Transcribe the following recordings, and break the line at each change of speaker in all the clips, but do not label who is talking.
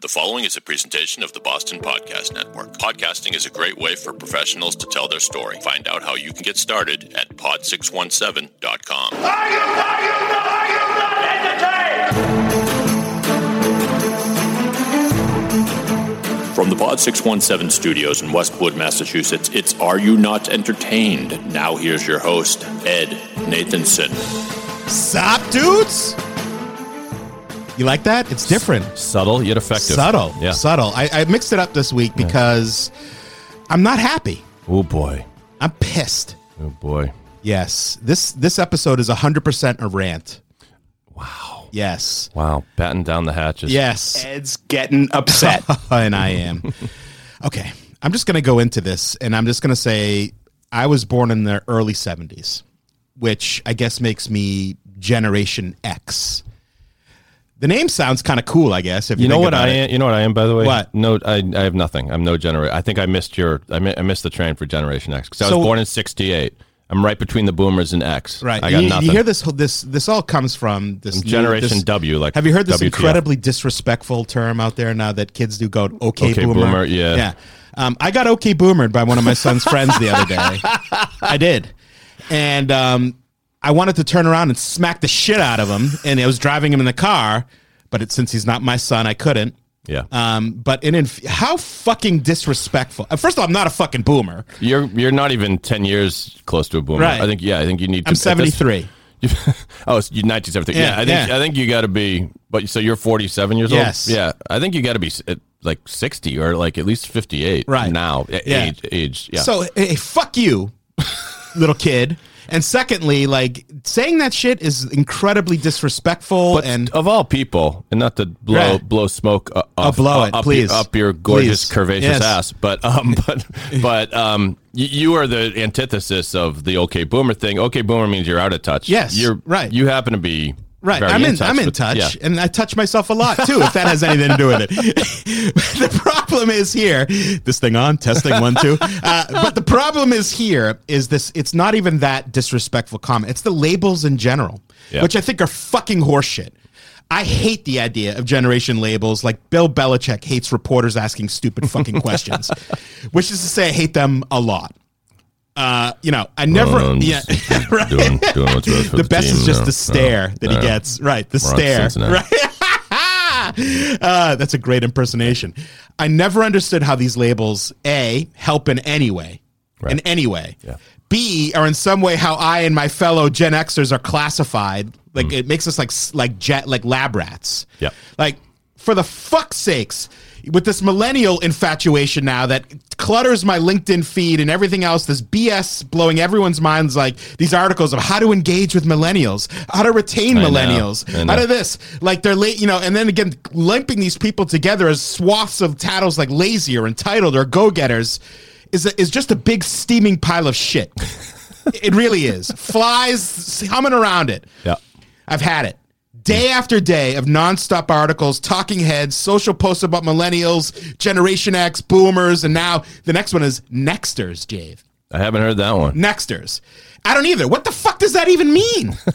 The following is a presentation of the Boston Podcast Network. Podcasting is a great way for professionals to tell their story. Find out how you can get started at pod617.com.
Are you, are you, are you not entertained?
From the Pod 617 studios in Westwood, Massachusetts, it's Are You Not Entertained? Now here's your host, Ed Nathanson.
Sup, dudes? You like that? It's different.
Subtle yet effective.
Subtle.
Yeah.
Subtle. I, I mixed it up this week because I'm not happy.
oh boy.
I'm pissed.
Oh boy.
Yes. This this episode is 100% a rant.
Wow.
Yes.
Wow. Batten down the hatches.
Yes.
Ed's getting upset.
and I am. Okay. I'm just going to go into this and I'm just going to say I was born in the early 70s, which I guess makes me Generation X. The name sounds kind of cool, I guess. If you,
You know
think
what
about
I
it.
am? You know what I am? By the way,
What?
No, I, I have nothing. I'm no generation. I think I missed your. I, mi- I missed the train for Generation X because I
So-
was born in '68. I'm right between the boomers and X.
Right.
I got
you,
nothing.
you hear this whole- this this all comes from this new-
Generation
this-
W, like
Have you heard this
WTF.
incredibly disrespectful term out there now that kids do go okay,
Okay,
boomer.
boomer, yeah.
Yeah. Um, I got okay boomered by one of my son's friends the other day. I did. And um, I wanted to turn around and smack the shit out of him and I was driving him in the car, but it, since he's not my son, I couldn't.
Yeah.
Um, but in, in how fucking disrespectful. uh, First of all, I'm not a fucking boomer.
you're you're not even ten years close to a boomer.
Right.
I think. Yeah. I think you need. To, at
I'm
this-
73.
oh, it's you 1973. Yeah,
Yeah,
I think
yeah.
I think you got to be. But so you're 47 years
Yes.
old. Yeah, I think you got to be s- at like 60 or like at least 58.
Right.
now, A-
Yeah.
age, age. Yeah.
So hey, fuck you, little kid. And secondly, like saying that shit is incredibly disrespectful.
but oh,
and
of all people, and not to blow
Right.
blow smoke uh, off,
blow it,
up
please.
your, up your gorgeous
Please.
curvaceous
Yes.
ass, but um, but but um, you, you are the antithesis of the okay boomer thing. Okay boomer means you're out of touch.
Yes,
you're
right.
You happen to be
right,
very
I'm in, I'm in
with-
touch,
yeah.
and I touch myself a lot too. If that has anything to do with it, the problem is here. This thing on testing one two. Uh, but the problem is here is this. It's not even that disrespectful comment. It's the labels in general,
Yeah.
which I think are fucking horseshit. I hate the idea of generation labels. Like Bill Belichick hates reporters asking stupid fucking questions, which is to say, I hate them a lot. Uh, you know, I never.
Um,
yeah, right.
doing, doing what's best for
the best
team,
is just
no,
the stare
no,
that
no.
he gets. Right, the
We're on
stare.
Cincinnati.
Right. uh, that's a great impersonation. I never understood how these labels a help in any way, in
Right.
any way.
Yeah.
B are in some way how I and my fellow Gen Xers are classified. Like
Mm.
it makes us like s- like jet like lab rats.
Yep.
Like for the fuck's sakes, with this millennial infatuation now that clutters my LinkedIn feed and everything else, this BS blowing everyone's minds like these articles of how to engage with millennials, how to retain
I know.
millennials,
I know.
how to this. Like they're late, you know, and then again lumping these people together as swaths of titles like lazy or entitled or go-getters is a, is just a big steaming pile of shit. it really is. Flies humming around it.
Yeah.
I've had it. Day after day of nonstop articles, talking heads, social posts about millennials, Generation X, boomers, and now the next one is Nexters, Dave.
I haven't heard that one.
Nexters. I don't either. What the fuck does that even mean?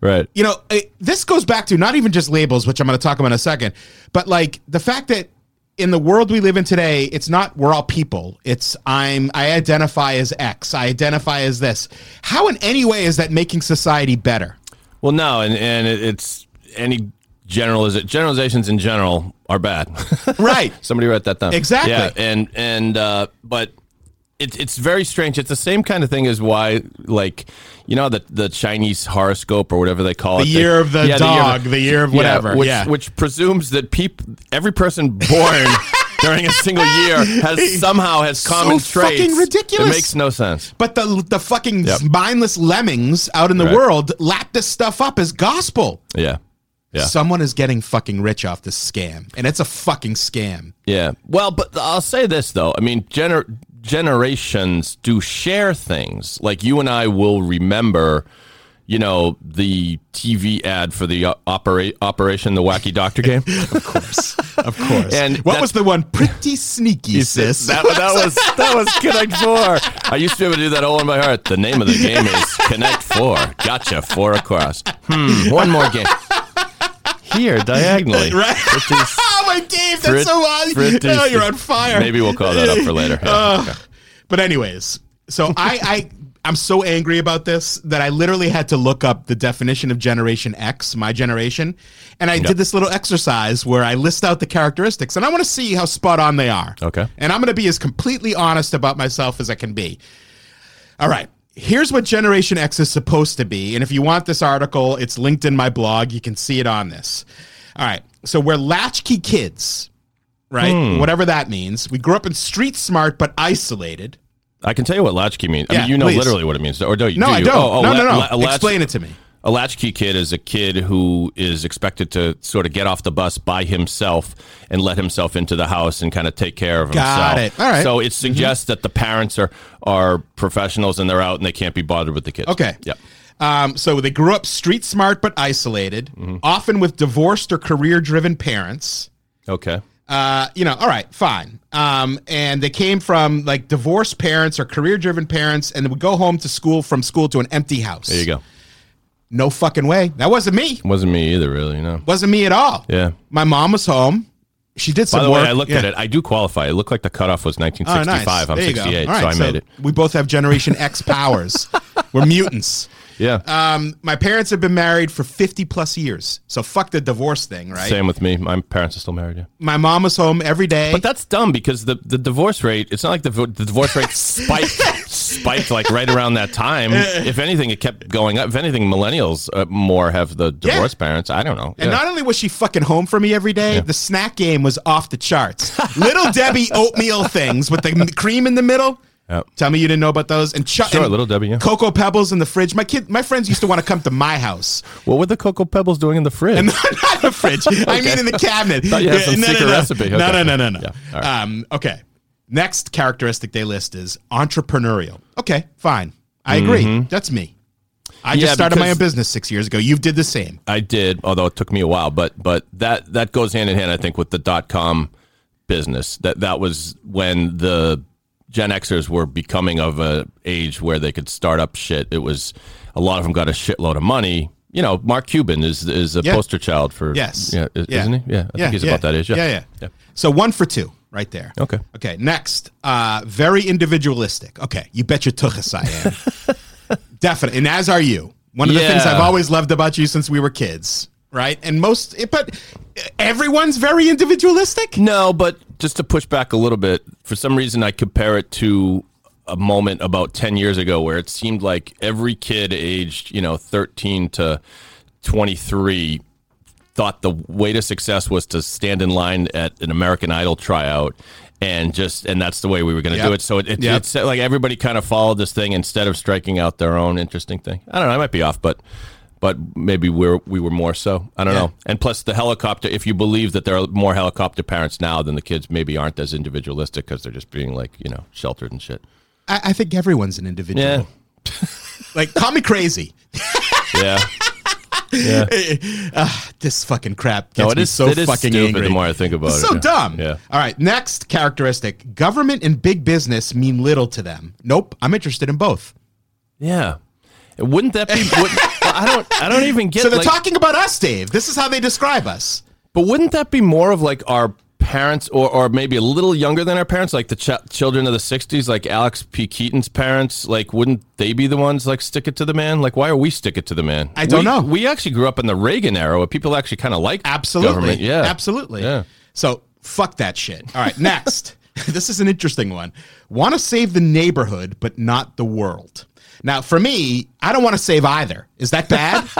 Right.
you know, it, this goes back to not even just labels, which I'm going to talk about in a second, but like the fact that in the world we live in today, it's not we're all people. It's I'm I identify as X. I identify as this. How in any way is that making society better?
Well, no, and and it, it's any generaliz generalizations in general are bad.
Right.
Somebody wrote that down.
Exactly.
Yeah, and and uh, but it's it's very strange. It's the same kind of thing as why, like, you know, the the Chinese horoscope or whatever they call
The
it.
year of the dog, the year of whatever,
which,
yeah.
which presumes that peop, every person born. During a single year, has somehow has common
So fucking
traits.
ridiculous.
It makes no sense.
But the the fucking
Yep.
mindless lemmings out in the
Right.
world lap this stuff up as gospel.
Yeah, yeah.
Someone is getting fucking rich off this scam, and it's a fucking scam.
Yeah. Well, but I'll say this though. I mean, gener- generations do share things. Like you and I will remember, you know, the TV ad for the uh, opera- Operation the Wacky Doctor game.
Of course, of course.
And
And what
that-
was the one? Pretty sneaky, sis.
That, that was that was Connect Four. I used to be able to do that all in my heart. The name of the game is Connect Four. Gotcha. Four across. Hmm. One more game. here diagonally.
Right.
Which is
oh my Dave, that's
Frit-
so odd.
Frit
Oh,
is-
you're on fire.
Maybe we'll call that up for later. Yeah,
Ugh.
okay.
But anyways, so I I I'm so angry about this that I literally had to look up the definition of Generation X, my generation, and I did this little exercise where I list out the characteristics, and I want to see how spot on they are.
Okay.
And I'm going to be as completely honest about myself as I can be. All right. Here's what Generation X is supposed to be. And if you want this article, it's linked in my blog. You can see it on this. All right. So we're latchkey kids, right? Whatever that means. We grew up in street smart but isolated.
I can tell you what latchkey means. I
Yeah,
mean, you know
please.
literally what it means, or don't you?
No,
do
I
you?
don't.
Oh, oh,
no,
la-
no, no,
la- a latch-
Explain it to me.
A latchkey kid is a kid who is expected to sort of get off the bus by himself and let himself into the house and kind of take care of himself.
Got it. All right.
So it suggests that the parents are are professionals and they're out and they can't be bothered with the kids.
Okay.
Yep.
Um, so they grew up street smart but isolated,
Mm-hmm.
often with divorced or career driven parents.
Okay.
uh, you know, all right, fine. Um, and they came from like divorced parents or career driven parents, and they would go home to school from school to an empty house.
There you go.
No fucking way. That wasn't me.
Wasn't me either, really. You know.
Wasn't me at all.
Yeah.
My mom was home. She did some
By the
work.
way, I looked
Yeah.
at it. I do qualify. It looked like the cutoff was
Oh, nice.
1965. I'm
There you go.
68,
All
so I
right,
made it.
We both have Generation X powers. We're mutants.
Yeah.
Um, my parents have been married for 50 plus years. So fuck the divorce thing, right?
Same with me. My parents are still married. Yeah.
My mom was home every day.
But that's dumb because the, the divorce rate, it's not like the, the divorce rate spiked, spiked like right around that time. If anything, it kept going up. If anything, millennials uh, more have the divorce parents. I don't know.
And
Yeah.
not only was she fucking home for me every day, the snack game was off the charts. Little Debbie oatmeal things with the m- cream in the middle.
Yep.
Tell me you didn't know about those. And Chuck,
Sure, Little Debbie, yeah.
Cocoa Pebbles in the fridge. My kid, my friends used to want to come to my house.
what were the Cocoa Pebbles doing in the fridge?
Not the fridge. I mean in the cabinet.
Thought you had some
no, no,
secret
no.
recipe.
No, no,
Okay.
no, no, no.
Yeah, all
um, okay. Next characteristic they list is entrepreneurial. Okay, fine. I agree. That's me. I
Mm-hmm. Yeah,
just started my
because-
own business six years ago. You did the same.
I did, although it took me a while. But but that that goes hand in hand, I think, with the dot com business. That that was when the Gen Xers were becoming of a age where they could start up shit. It was a lot of them got a shitload of money. You know, Mark Cuban is is a
Yeah.
poster child for
Yes.
yeah, is, isn't he? Yeah, I think he's about that age. Yeah,
yeah, yeah. So one for two, right there.
Okay.
Okay. Next, uh, very individualistic. Okay, you bet your tuchus I am. Definitely, and as are you. One of the things
Yeah.
I've always loved about you since we were kids, right? And most, eh, but everyone's very individualistic.
No, but just to push back a little bit, for some reason I compare it to a moment about 10 years ago where it seemed like every kid aged, you know, 13 to 23 thought the way to success was to stand in line at an American Idol tryout and just and that's the way we were going to do
Yep.
it. So it, it,
Yep.
it's like everybody kind of followed this thing instead of striking out their own interesting thing. I don't know, I might be off, but but maybe we're we were more so. I don't
Yeah.
know. And plus the helicopter if you believe that there are more helicopter parents now than the kids maybe aren't as individualistic cuz they're just being like, you know, sheltered and shit.
I, I think everyone's an individual.
Yeah.
Like, call me crazy.
Yeah. yeah.
Ah, This fucking crap gets
No, it
me
is
so
it is
fucking
stupid
angry.
the more I think about
It's
it.
so
yeah.
dumb.
uh, Yeah.
All right. Next characteristic: government and big business mean little to them. Nope. I'm interested in both.
Yeah. Wouldn't that be? Would, I don't. I don't even get.
So they're
like,
talking about us, Dave. This is how they describe us.
but wouldn't that be more of like our parents, or or maybe a little younger than our parents, like the ch- children of the '60s, like Alex P. Keaton's parents? Like, wouldn't they be the ones like stick it to the man? Like, why are we stick it to the man?
I don't
We-
know.
We actually grew up in the Reagan era, where people actually kind of like
Absolutely.
government. Yeah,
Absolutely.
Yeah.
So fuck that shit. All right. Next. this is an interesting one. Want to save the neighborhood, but not the world. Now, for me, I don't want to save either. Is that bad?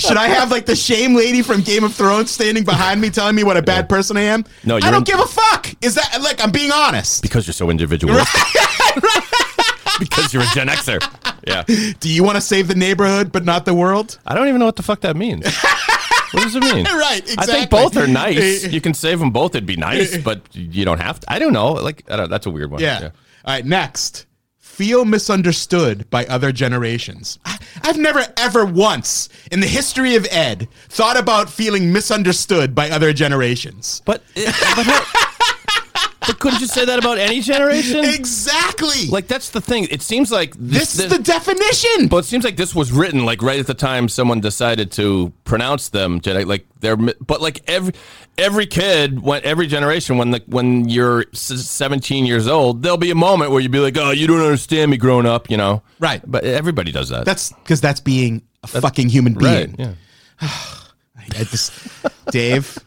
Should I have like the shame lady from Game of Thrones standing behind me telling me what a bad person I am?
No,
I
you're
don't
in-
give a fuck. Is that like I'm being honest?
Because you're so individualistic. because you're a Gen Xer. Yeah.
Do you want to save the neighborhood but not the world?
I don't even know what the fuck that means. What does it mean?
Right,
I
exactly.
think both are nice. You can save them both. It'd be nice, but you don't have to. I don't know. Like, I don't, that's a weird one.
Yeah. All right, next. Feel misunderstood by other generations. I, I've never, ever once in the history of Ed thought about feeling misunderstood by other generations.
But, it- but, how- But couldn't you say that about any generation?
Exactly.
Like that's the thing. It seems like
this, is the definition.
But it seems like this was written like right at the time someone decided to pronounce them Jedi. Like they're, but like every every kid, when every generation, when the when you're s- 17 years old, there'll be a moment where you'd be like, "Oh, you don't understand me, growing up," you know?
Right.
But everybody does that.
that's because that's being a fucking human
right.
being.
Yeah.
I just, Dave,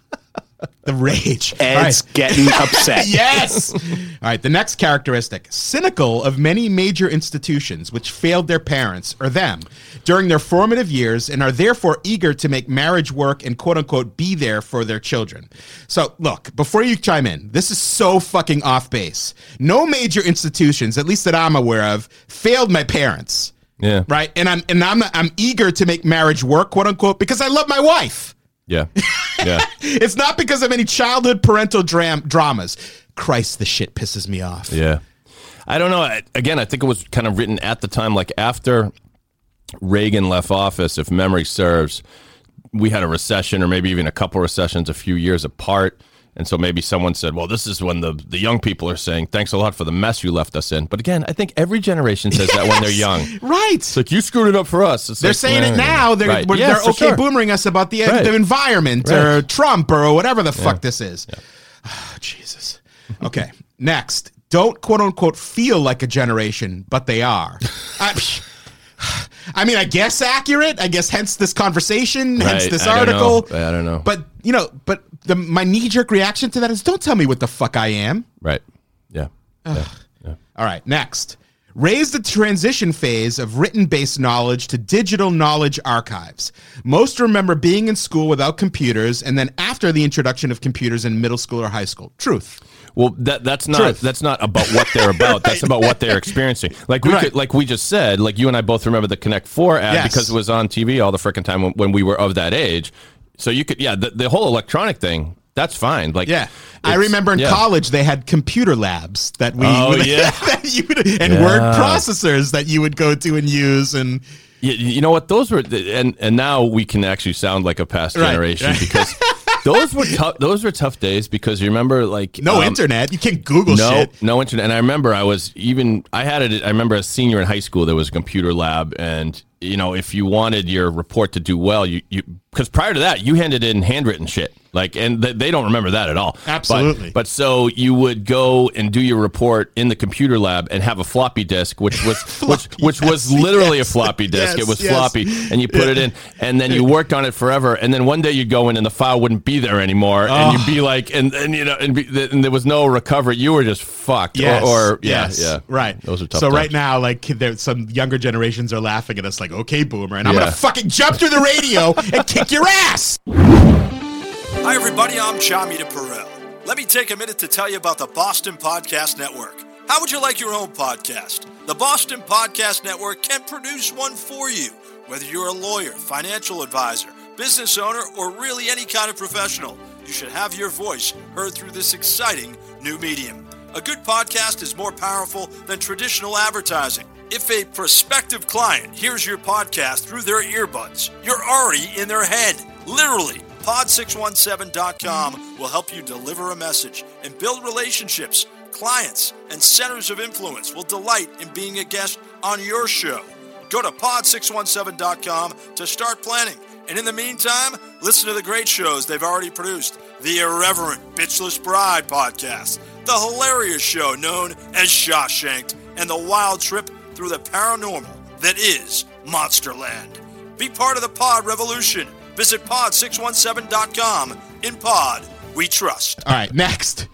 the rage. All right.
Ed's getting upset.
yes. All right. The next characteristic cynical of many major institutions which failed their parents or them during their formative years and are therefore eager to make marriage work and quote unquote be there for their children. So, look, before you chime in, this is so fucking off base. No major institutions, at least that I'm aware of, failed my parents.
Yeah.
Right. And I'm, and I'm, I'm eager to make marriage work, quote unquote, because I love my wife.
Yeah. Yeah.
It's not because of any childhood parental dram- dramas. Christ, the shit pisses me off.
Yeah. I don't know. I, again, I think it was kind of written at the time, like after Reagan left office, if memory serves, we had a recession or maybe even a couple recessions a few years apart. And so maybe someone said, well, this is when the, the young people are saying, thanks a lot for the mess you left us in. But again, I think every generation says that when they're young. It's
Right.
like, you screwed it up for us. It's
they're
like,
saying
eh.
it now. They're,
Right.
we're-
Yeah,
they're
for
okay
sure.
boomering us about the,
Right.
the environment or
Right.
Trump or whatever the fuck this is. Oh, Jesus. Okay. Next. Don't quote unquote feel like a generation, but they are. I, I mean, I guess accurate. I guess hence this conversation, hence
Right.
this
I don't know.
article.
I don't know.
But, you know, but the, my knee jerk reaction to that is don't tell me what the fuck I am.
Right. Yeah. Yeah.
All right, next. Raise the transition phase of written based knowledge to digital knowledge archives. Most remember being in school without computers and then after the introduction of computers in middle school or high school. Truth.
Well, that that's not
Truth.
that's not about what they're about. That's about what they're experiencing. Like we
Right.
could, like we just said, like you and I both remember the Connect Four ad
Yes.
because it was on TV all the frickin' time when, when we were of that age. So you could, yeah, the, the whole electronic thing, that's fine. Like,
Yeah. I
it's-
remember in
yeah.
college they had computer labs that we
Oh, yeah.
that you would, and word
Yeah.
processors that you would go to and use and
You, you know what? Those were, and and now we can actually sound like a past
Right,
generation
right.
because those were tough. Those were tough days because you remember, like,
no
um,
internet. You can't Google
no,
shit.
No internet. And I remember I was even I had it. I remember a senior in high school. There was a computer lab, and you know if you wanted your report to do well, you you because prior to that you handed in handwritten shit. Like, and th- they don't remember that at all. But-
Absolutely.
But, so you would go and do your report in the computer lab and have a floppy disk, which was which which was
yes,
literally
yes.
a floppy disk.
Yes,
it was
yes.
floppy, and you put it in, and then you worked on it forever. And then one day you'd go in, and the file wouldn't be there anymore, and you'd be
Ah.
like, and and you know, and, be, and there was no recovery. You were just fucked.
Yes.
Or, or yeah,
yes.
yeah.
Right.
Those are tough.
So right
times.
now, like there, some younger generations are laughing at us, like, "Okay, boomer," and I'm
Yeah.
gonna fucking jump through the radio and kick your ass.
Hi, everybody. I'm Chami DePerel. Let me take a minute to tell you about the Boston Podcast Network. How would you like your own podcast? The Boston Podcast Network can produce one for you, whether you're a lawyer, financial advisor, business owner, or really any kind of professional. You should have your voice heard through this exciting new medium. A good podcast is more powerful than traditional advertising. If a prospective client hears your podcast through their earbuds, you're already in their head. Literally, pod617.com will help you deliver a message and build relationships. Clients and centers of influence will delight in being a guest on your show. Go to pod617.com to start planning. And in the meantime, listen to the great shows they've already produced the irreverent Bitchless Bride podcast, the hilarious show known as Shawshanked, and the wild trip through the paranormal that is Monsterland. Be part of the pod revolution. Visit pod617.com. In pod, we trust.
All right, next.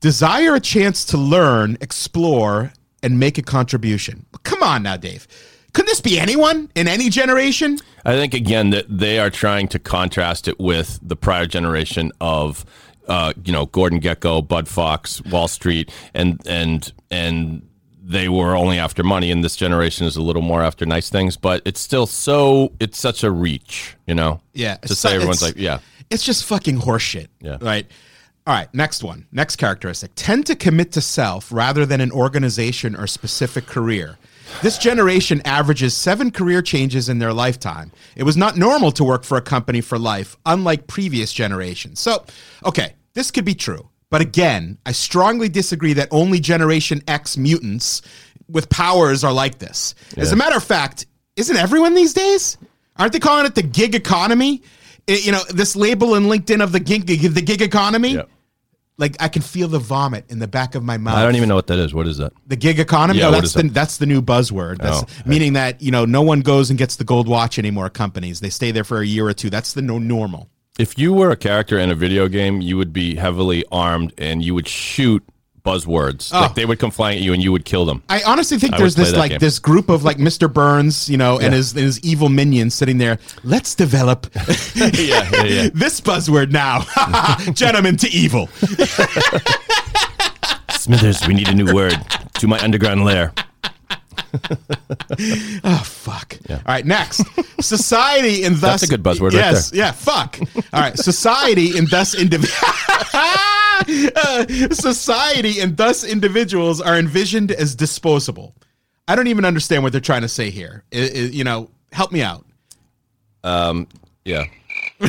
Desire a chance to learn, explore, and make a contribution. Come on now, Dave. Could this be anyone in any generation?
I think again that they are trying to contrast it with the prior generation of, uh, you know, Gordon Gecko, Bud Fox, Wall Street, and and and they were only after money, and this generation is a little more after nice things. But it's still so it's such a reach, you know.
Yeah,
To
it's-
say everyone's
it's-
like, yeah,
It's just fucking horseshit.
Yeah.
Right. All right, next one. Next characteristic. Tend to commit to self rather than an organization or specific career. This generation averages seven career changes in their lifetime. It was not normal to work for a company for life, unlike previous generations. So, okay, this could be true, but But again, I strongly disagree that only Generation X mutants with powers are like this. As a matter of fact, isn't everyone these days? Aren't they calling it the gig economy? I- Eh, you know, this label in LinkedIn of the gig, the gig economy.
Yep.
Like I can feel the vomit in the back of my mouth.
I don't even know what that is. What is that?
The gig economy.
Yeah,
no,
what
that's
is
the
that?
that's the new buzzword. That's
Oh, okay.
meaning that you know no one goes and gets the gold watch anymore. at Companies they stay there for a year or two. That's the no normal.
If you were a character in a video game, you would be heavily armed and you would shoot buzzwords.
Oh.
Like they would come flying at you and you would kill them.
I honestly think
I
there's
would play
this
that
like
game.
this group of like Mr. Burns, you know, and
Yeah.
his and his evil minions sitting there. Let's develop
yeah, yeah, yeah.
this buzzword now, gentlemen to evil.
Smithers, we need a new word to my underground lair.
fuck. All right, next. Society and thus
That's a good buzzword right
yes, Yeah, fuck. All right, society and thus individual. society and thus individuals are envisioned as disposable. I don't even understand what they're trying to say here. I- I- you know, help me out.
Yeah.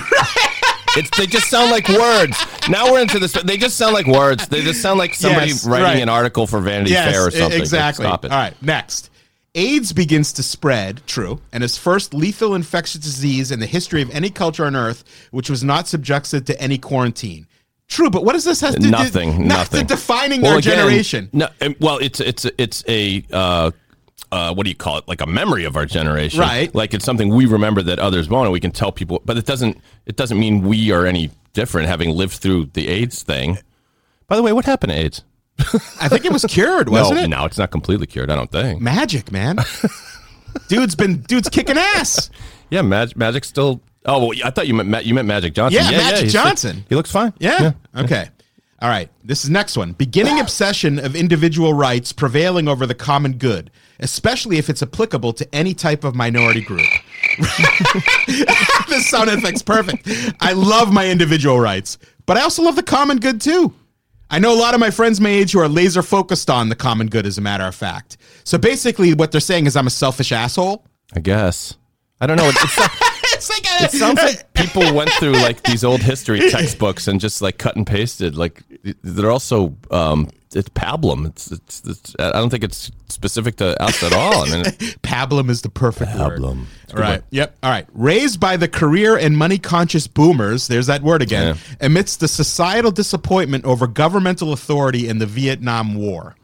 it's they just sound like words. Now we're into this. They just sound like words. They just sound like somebody
Yes,
writing
right.
an article for Vanity Fair or
e-
something. Like,
Exactly.
stop it.
All right, next. AIDS begins to spread, true, and is first lethal infectious disease in the history of any culture on Earth, which was not subjected to any quarantine. True, but what does this have to do-
nothing,
not to
nothing.
defining
Well,
our
again,
generation.
No, and- well, it's it's it's a uh, uh, what do you call it? Like a memory of our generation,
Right.
Like it's something we remember that others won't, and we can tell people. But it doesn't it doesn't mean we are any different, having lived through the AIDS thing. By the way, what happened to AIDS?
I think it was cured,
No,
wasn't it?
no, it's not completely cured. I don't think.
Magic, man. dude's been dude's kicking ass.
Yeah, Mag- Magic's still. Oh, well, I thought you meant Ma- you meant Magic Johnson.
Yeah, Magic
he's still-
Johnson.
he looks fine.
Yeah. Okay. All right. This is next one. Beginning obsession of individual rights prevailing over the common good, especially if it's applicable to any type of minority group. this sound effect's perfect. I love my individual rights, but I also love the common good too. I know a lot of my friends my age who are laser focused on the common good, as a matter of fact. So basically, what they're saying is I'm a selfish asshole.
I guess. I don't know. It, it's not-
It's like a,
it sounds like people went through like these old history textbooks and just like cut and pasted. Like they're also um, it's pablum. It's, it's, it's I don't think it's specific to us at all. I mean,
Pablum is the perfect
Pablum.
word. All right. Yep. All right. Raised by the career and money conscious boomers, there's that word again, amidst the societal disappointment over governmental authority in the Vietnam War.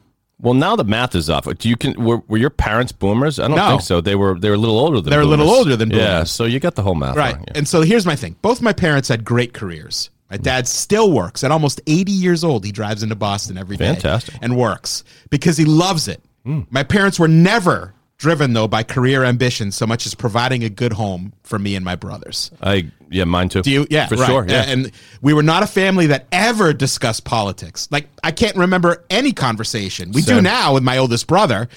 well, now the math is off. Do you can were, were your parents boomers? I don't
No.
think so. They were they were a little older than
They're a little
boomers.
older than
Yeah,
boomers.
so you got the whole math
Right.
wrong, yeah. Mm.
And so here's my thing both my parents had great careers. My dad still works at almost 80 years old. He drives into Boston every day
Fantastic. Mm.
and works because he loves it. My parents were never driven, though, by career ambition so much as providing a good home for me and my brothers.
I yeah, mine too.
Do you? Yeah,
for
right.
sure. Yeah.
and we were not a family that ever discussed politics. Like I can't remember any conversation we do
Same.
now with my oldest brother,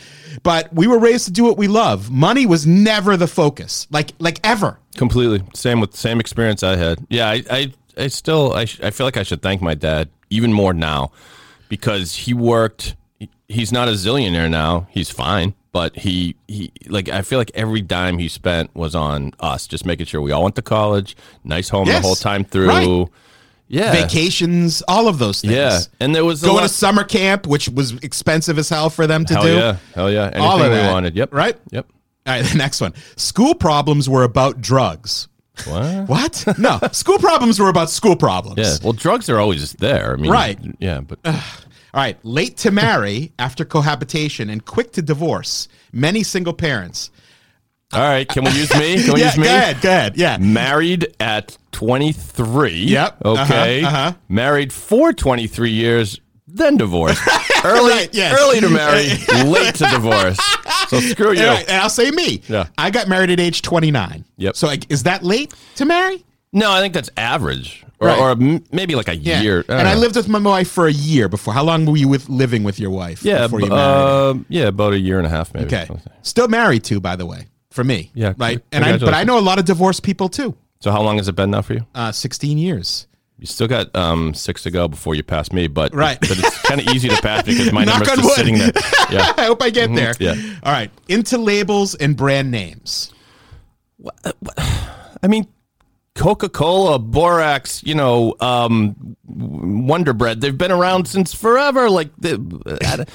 but we were raised to do what we love. Money was never the focus, like like ever.
completely same with same experience i had yeah i i, I still I, sh- I feel like i should thank my dad even more now because he worked he- he's not a zillionaire now he's fine but he he like i feel like every dime he spent was on us just making sure we all went to college nice home
Yes,
the whole time through
right.
yeah
Vacations, all of those things.
yeah and there was a
Going
lot-
to summer camp, which was expensive as hell for them to
hell
do.
yeah hell yeah anything
All of
we
that,
wanted yep
right?
yep
All right, the next one. School problems were about drugs.
what
What? No, school problems were about school problems.
yeah well drugs are always there i mean
Right.
yeah but
All right, late to marry after cohabitation and quick to divorce. Many single parents.
all right can we use me can we
yeah,
use me
go ahead, go ahead. Yeah.
married at 23.
Yep.
Okay.
Uh-huh, uh-huh.
Married for 23 years, then divorced. Early,
Right, yes.
early to marry, late to divorce. So screw you.
All right, and I'll say me.
Yeah.
I got married at age 29.
Yep.
So like, is that late to marry?
No, I think that's average, or,
Right.
or m- maybe like a year. uh, don't
and I
know.
lived with my wife for a year before. How long were you with living with your wife
Yeah,
before you
b-
married?
uh, yeah, about a year and a half, maybe.
okay. Still married to, by the way, for me.
Yeah,
Right.
c-
And I but I
congratulations.
know a lot of divorced people too.
So how long has it been now for you?
Uh, 16 years.
You still got um, six to go before you pass me, but
Right.
But it's kind of easy to pass because my
Knock
number's
on
just
wood.
sitting there. Yeah.
I hope I get there.
Mm-hmm. yeah.
All right. Into labels and brand names.
I mean, Coca Cola, Borax, you know, um, Wonder Bread. They've been around since forever. Like, the, I don't-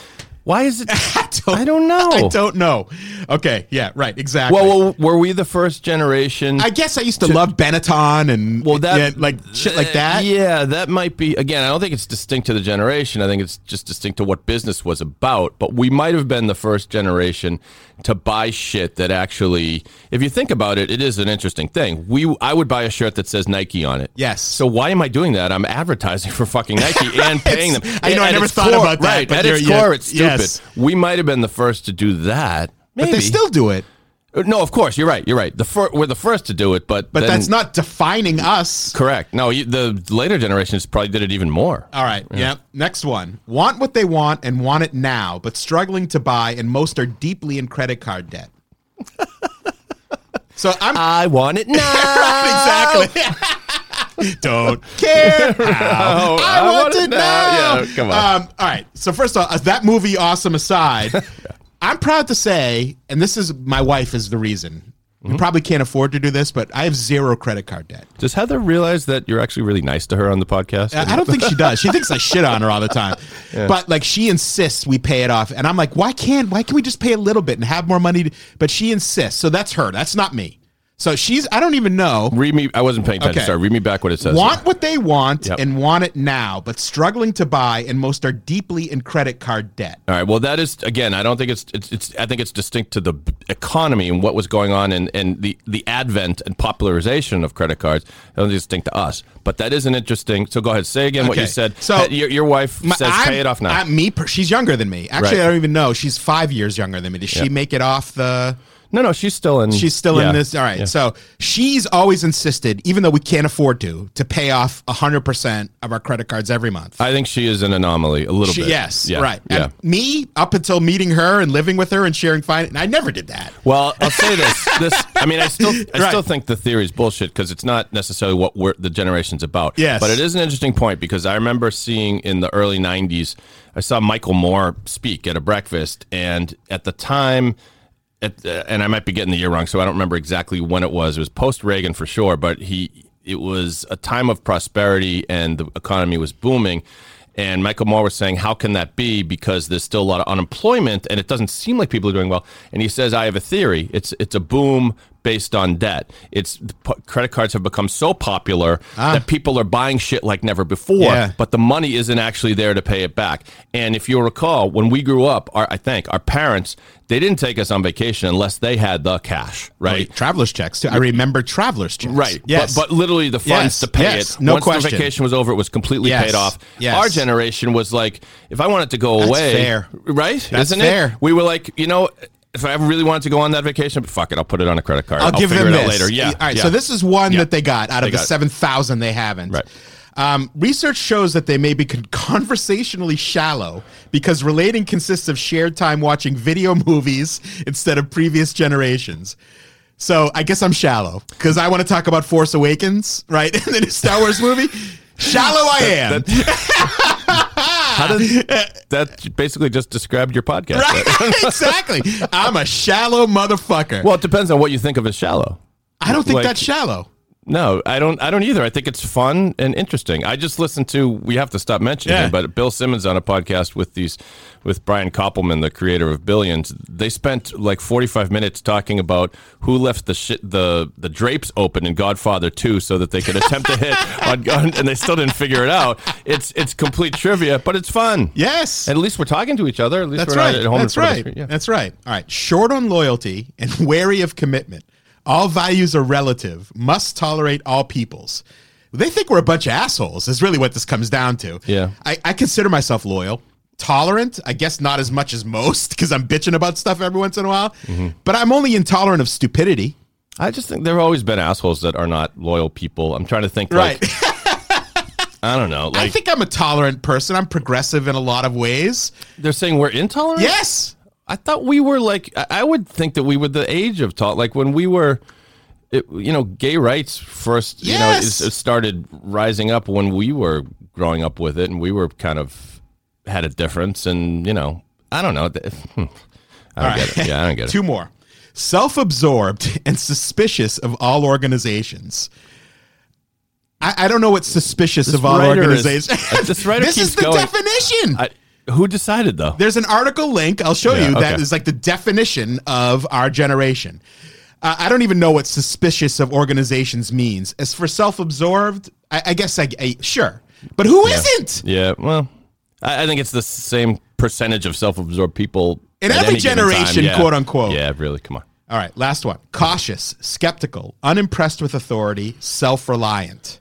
why is it?
I don't,
I don't know.
I don't know. Okay, yeah, right, exactly.
Well, well, were we the first generation?
I guess I used to, love Benetton and
well, that uh,
yeah, like shit like that.
Yeah, that might be. Again, I don't think it's distinct to the generation. I think it's just distinct to what business was about. But we might have been the first generation to buy shit that actually, if you think about it, it is an interesting thing. We, I would buy a shirt that says Nike on it.
Yes.
So why am I doing that? I'm advertising for fucking Nike and paying them.
It's- I know, I
At
never
its
thought
core-
about that,
Right.
but
At
you're-
its
yeah,
core, it's stupid.
yes.
We might have been the first to do that.
But
Maybe. Uh,
they still do it.
no, of course you're right. You're right. The fir- we're the first to do it, but
But
then-
that's not defining us.
Correct. No, you, the later generations probably did it even more.
All right. Yep. Next one. Want what they want and want it now, but struggling to buy, and most are deeply in credit card debt. so I'm
I want it now.
exactly. Don't care. how. I, want, it now.
Yeah, come on.
Um, all right. So first off, uh, that movie, awesome aside, I'm proud to say, and this is my wife is the reason.
Mm-hmm.
We probably can't afford to do this, but I have zero credit card debt. Uh,
Does Heather realize that you're actually really nice to her on the podcast?
I I don't think she does. She thinks I shit on her all the time. But like she insists we pay it off. And I'm like, why can't why can we just pay a little bit and have more money? to-" but she insists. So that's her. That's not me. So she's I don't even know.
read me. I wasn't paying attention.
Okay.
Sorry. Read me back what it says.
want what they want
Yep.
and want it now, but struggling to buy, and most are deeply in credit card debt.
All right. Well, that is again. I don't think it's, it's it's. I think it's distinct to the economy and what was going on and and the the advent and popularization of credit cards. I don't think it's distinct to us, but that is an interesting. So go ahead. Say again what you
Okay.
said.
So-
That your, your wife
My-
says
I'm-
pay it off now.
I'm- me, per- she's younger than me. Actually,
Right.
I don't even know. She's five years younger than me. Does she
Yeah.
make it off the?
no, no. She's still in.
She's still
yeah,
in this. All right.
yeah.
So she's always insisted, even though we can't afford to, to pay off hundred percent of our credit cards every month.
I think she is an anomaly a little
She-
bit.
yes.
Yeah,
Right.
Yeah.
And me up until meeting her and living with her and sharing fine, and I never did that.
Well, I'll say this. This, I mean, I still, I
Right.
still think the theory is bullshit because it's not necessarily what we're, the generation's about.
Yes.
but it is an interesting point because I remember seeing in the early '90s, I saw Michael Moore speak at a breakfast, and at the time, at, uh, and I might be getting the year wrong, so I don't remember exactly when it was. It was post Reagan for sure, but he, it was a time of prosperity and the economy was booming. And Michael Moore was saying, How can that be? Because there's still a lot of unemployment and it doesn't seem like people are doing well. And he says, I have a theory. It's it's a boom based on debt. It's p- credit cards have become so popular that people are buying shit like never before,
Yeah.
but the money isn't actually there to pay it back. And if you'll recall, when we grew up, our, I think our parents, they didn't take us on vacation unless they had the cash, right?
Travelers checks too. I remember travelers checks.
Right.
Yes.
But, but literally the funds
Yes.
to pay
Yes.
it.
No
Once
question.
the vacation was over, it was completely
Yes.
paid off.
Yes.
Our generation was like, if I wanted to go
That's
away,
fair.
right?
That's
Isn't
fair.
it? We were like, you know, if I ever really wanted to go on that vacation, but fuck it, I'll put it on a credit card.
I'll, give
figure
them
it out
this
later. Yeah.
All right.
yeah.
So this is one
Yeah.
that they got out
They
of the
got it.
seven thousand they haven't.
Right.
Um, research shows that they may be con- conversationally shallow because relating consists of shared time watching video movies instead of previous generations. So I guess I'm shallow because I want to talk about Force Awakens, right? And then a Star Wars movie. Shallow I am.
How did, that basically just described your podcast.
right? exactly. I'm a shallow motherfucker.
Well, it depends on what you think of as shallow.
I don't think
like-
that's shallow.
No, I don't. I don't either. I think it's fun and interesting. I just listened to. We have to stop mentioning,
Yeah.
him, but Bill Simmons on a podcast with these, with Brian Koppelman, the creator of Billions. They spent like forty five minutes talking about who left the shit, the the drapes open in Godfather Two, so that they could attempt a hit on, on, and they still didn't figure it out. It's it's complete trivia, but it's fun.
Yes.
At least we're talking to each other. At least
That's
we're
right.
not at home. in
That's
front of
right.
the screen. Yeah.
That's right. All right. Short on loyalty and wary of commitment. All values are relative. Must tolerate all peoples. They think we're a bunch of assholes. Is really what this comes down to.
Yeah.
I, I consider myself loyal, tolerant. I guess not as much as most because I'm bitching about stuff every once in a while.
Mm-hmm.
But I'm only intolerant of stupidity.
I just think there have always been assholes that are not loyal people. I'm trying to think.
Right.
Like, I don't know. Like
I think I'm a tolerant person. I'm progressive in a lot of ways.
They're saying we're intolerant.
Yes.
I thought we were like. I- I would think that we were the age of talk. Like when we were, it, you know, gay rights first. You know,
Yes.
is- it started rising up when we were growing up with it, and we were kind of had a difference. And you know, I don't know. th- hmm. I don't get it. Yeah, I don't get it.
Two more. Self absorbed and suspicious of all organizations. I, I don't know what's suspicious of all
writer is-
organizations.
uh, this writer
is
keeps
the
going.
definition.
I, who decided though?
There's an article link I'll show
Yeah,
you that
okay.
is like the definition of our generation. Uh, I don't even know what suspicious of organizations means. As for self-absorbed, I, I guess I, I- sure, but who not
Yeah, well, I, I think it's the same percentage of self-absorbed people
In
at
every
any given time,
generation,
yeah.
quote, unquote.
Yeah, really. Come on.
All right, last one. Cautious, skeptical, unimpressed with authority, self-reliant.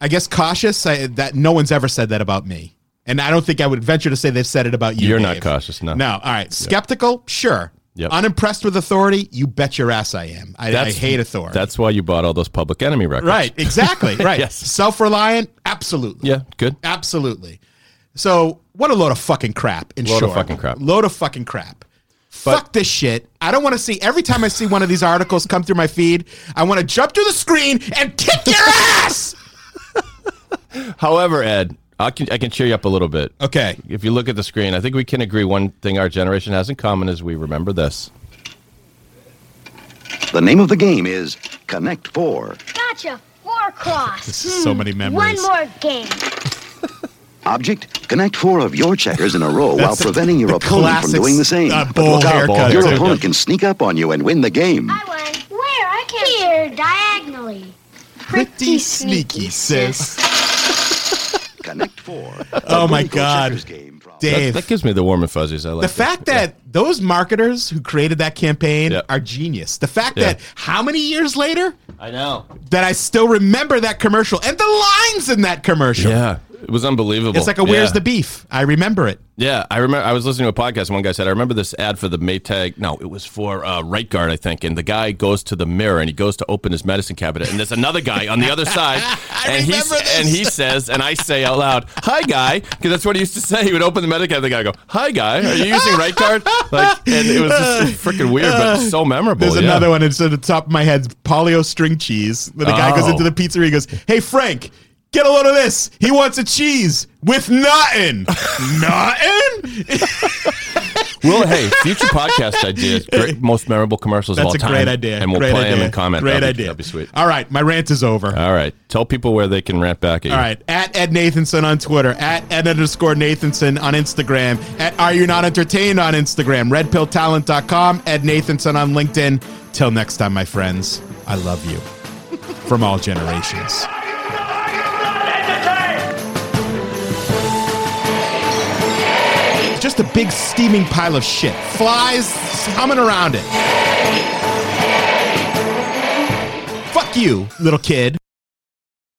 I guess cautious. I, that no one's ever said that about me, and I don't think I would venture to say they've said it about you.
You're not
Dave.
cautious, no.
No. All right. Skeptical. Sure.
Yep.
Unimpressed with authority. You bet your ass I am. I, I
That's-
hate authority.
That's why you bought all those Public Enemy records.
right. Exactly. Right.
Yes.
Self-reliant. Absolutely.
Yeah. Good.
Absolutely. So what a load of fucking crap. In
Load of
short,
fucking crap.
Load of fucking crap. Fuck this shit. I don't want to see. Every time I see one of these articles come through my feed, I want to jump through the screen and kick your ass.
However, Ed, I can I can cheer you up a little bit.
Okay.
If you look at the screen, I think we can agree one thing our generation has in common is we remember this.
The name of the game is Connect Four.
Gotcha. Four cross.
This is so many memories.
One more game.
Object, connect four of your checkers in a row while
That's
preventing your
the
opponent from
classic,
doing the same.
uh,
But
bowl
look out,
haircut,
your
too.
opponent can sneak up on you and win the game.
I won. Where? I can't. Here, diagonally.
Pretty sneaky, sis.
Connect four.
Oh,
a
my
legal
God.
checkers game from-
Dave.
That, that gives me the warm and fuzzies. I like
the
it.
fact that those marketers who created that campaign
Yep.
are genius. The fact
Yeah.
that how many years later
I know.
that I still remember that commercial and the lines in that commercial.
Yeah, it was unbelievable.
It's like a Where's
Yeah.
the Beef? I remember it.
Yeah, I remember. I was listening to a podcast. And one guy said, "I remember this ad for the Maytag. No, it was for uh, Right Guard, I think." And the guy goes to the mirror and he goes to open his medicine cabinet, and there's another guy on the other side, and he
remember this.
and he says, and I say out loud, "Hi, guy," because that's what he used to say. He would open the medicine cabinet. The guy would go, "Hi, guy. Are you using Right Guard?" Like, and it was just freaking weird, but so memorable.
There's
Oh, yeah.
another one. It's at the top of my head. Polio string cheese. Then the guy goes
Oh.
into the pizzeria. He goes, "Hey Frank, get a load of this. He wants a cheese with nothing. nothing.
Well, hey, future podcast ideas, great, most memorable commercials of all
That's a
time.
great idea.
and we'll
great
play
idea.
them and comment.
Great
that'd
idea.
Be, that'd be sweet.
All right, my rant is over.
All right, tell people where they can rant back at you.
All right. At Ed Nathanson on Twitter. At Ed underscore Nathanson on Instagram. At Are You Not Entertained on Instagram. RedPillTalent.com. Ed Nathanson on LinkedIn. Till next time, my friends. I love you. From all generations.
Are you not entertained?
Just a big steaming pile of shit. Flies humming around it. Fuck you, little kid.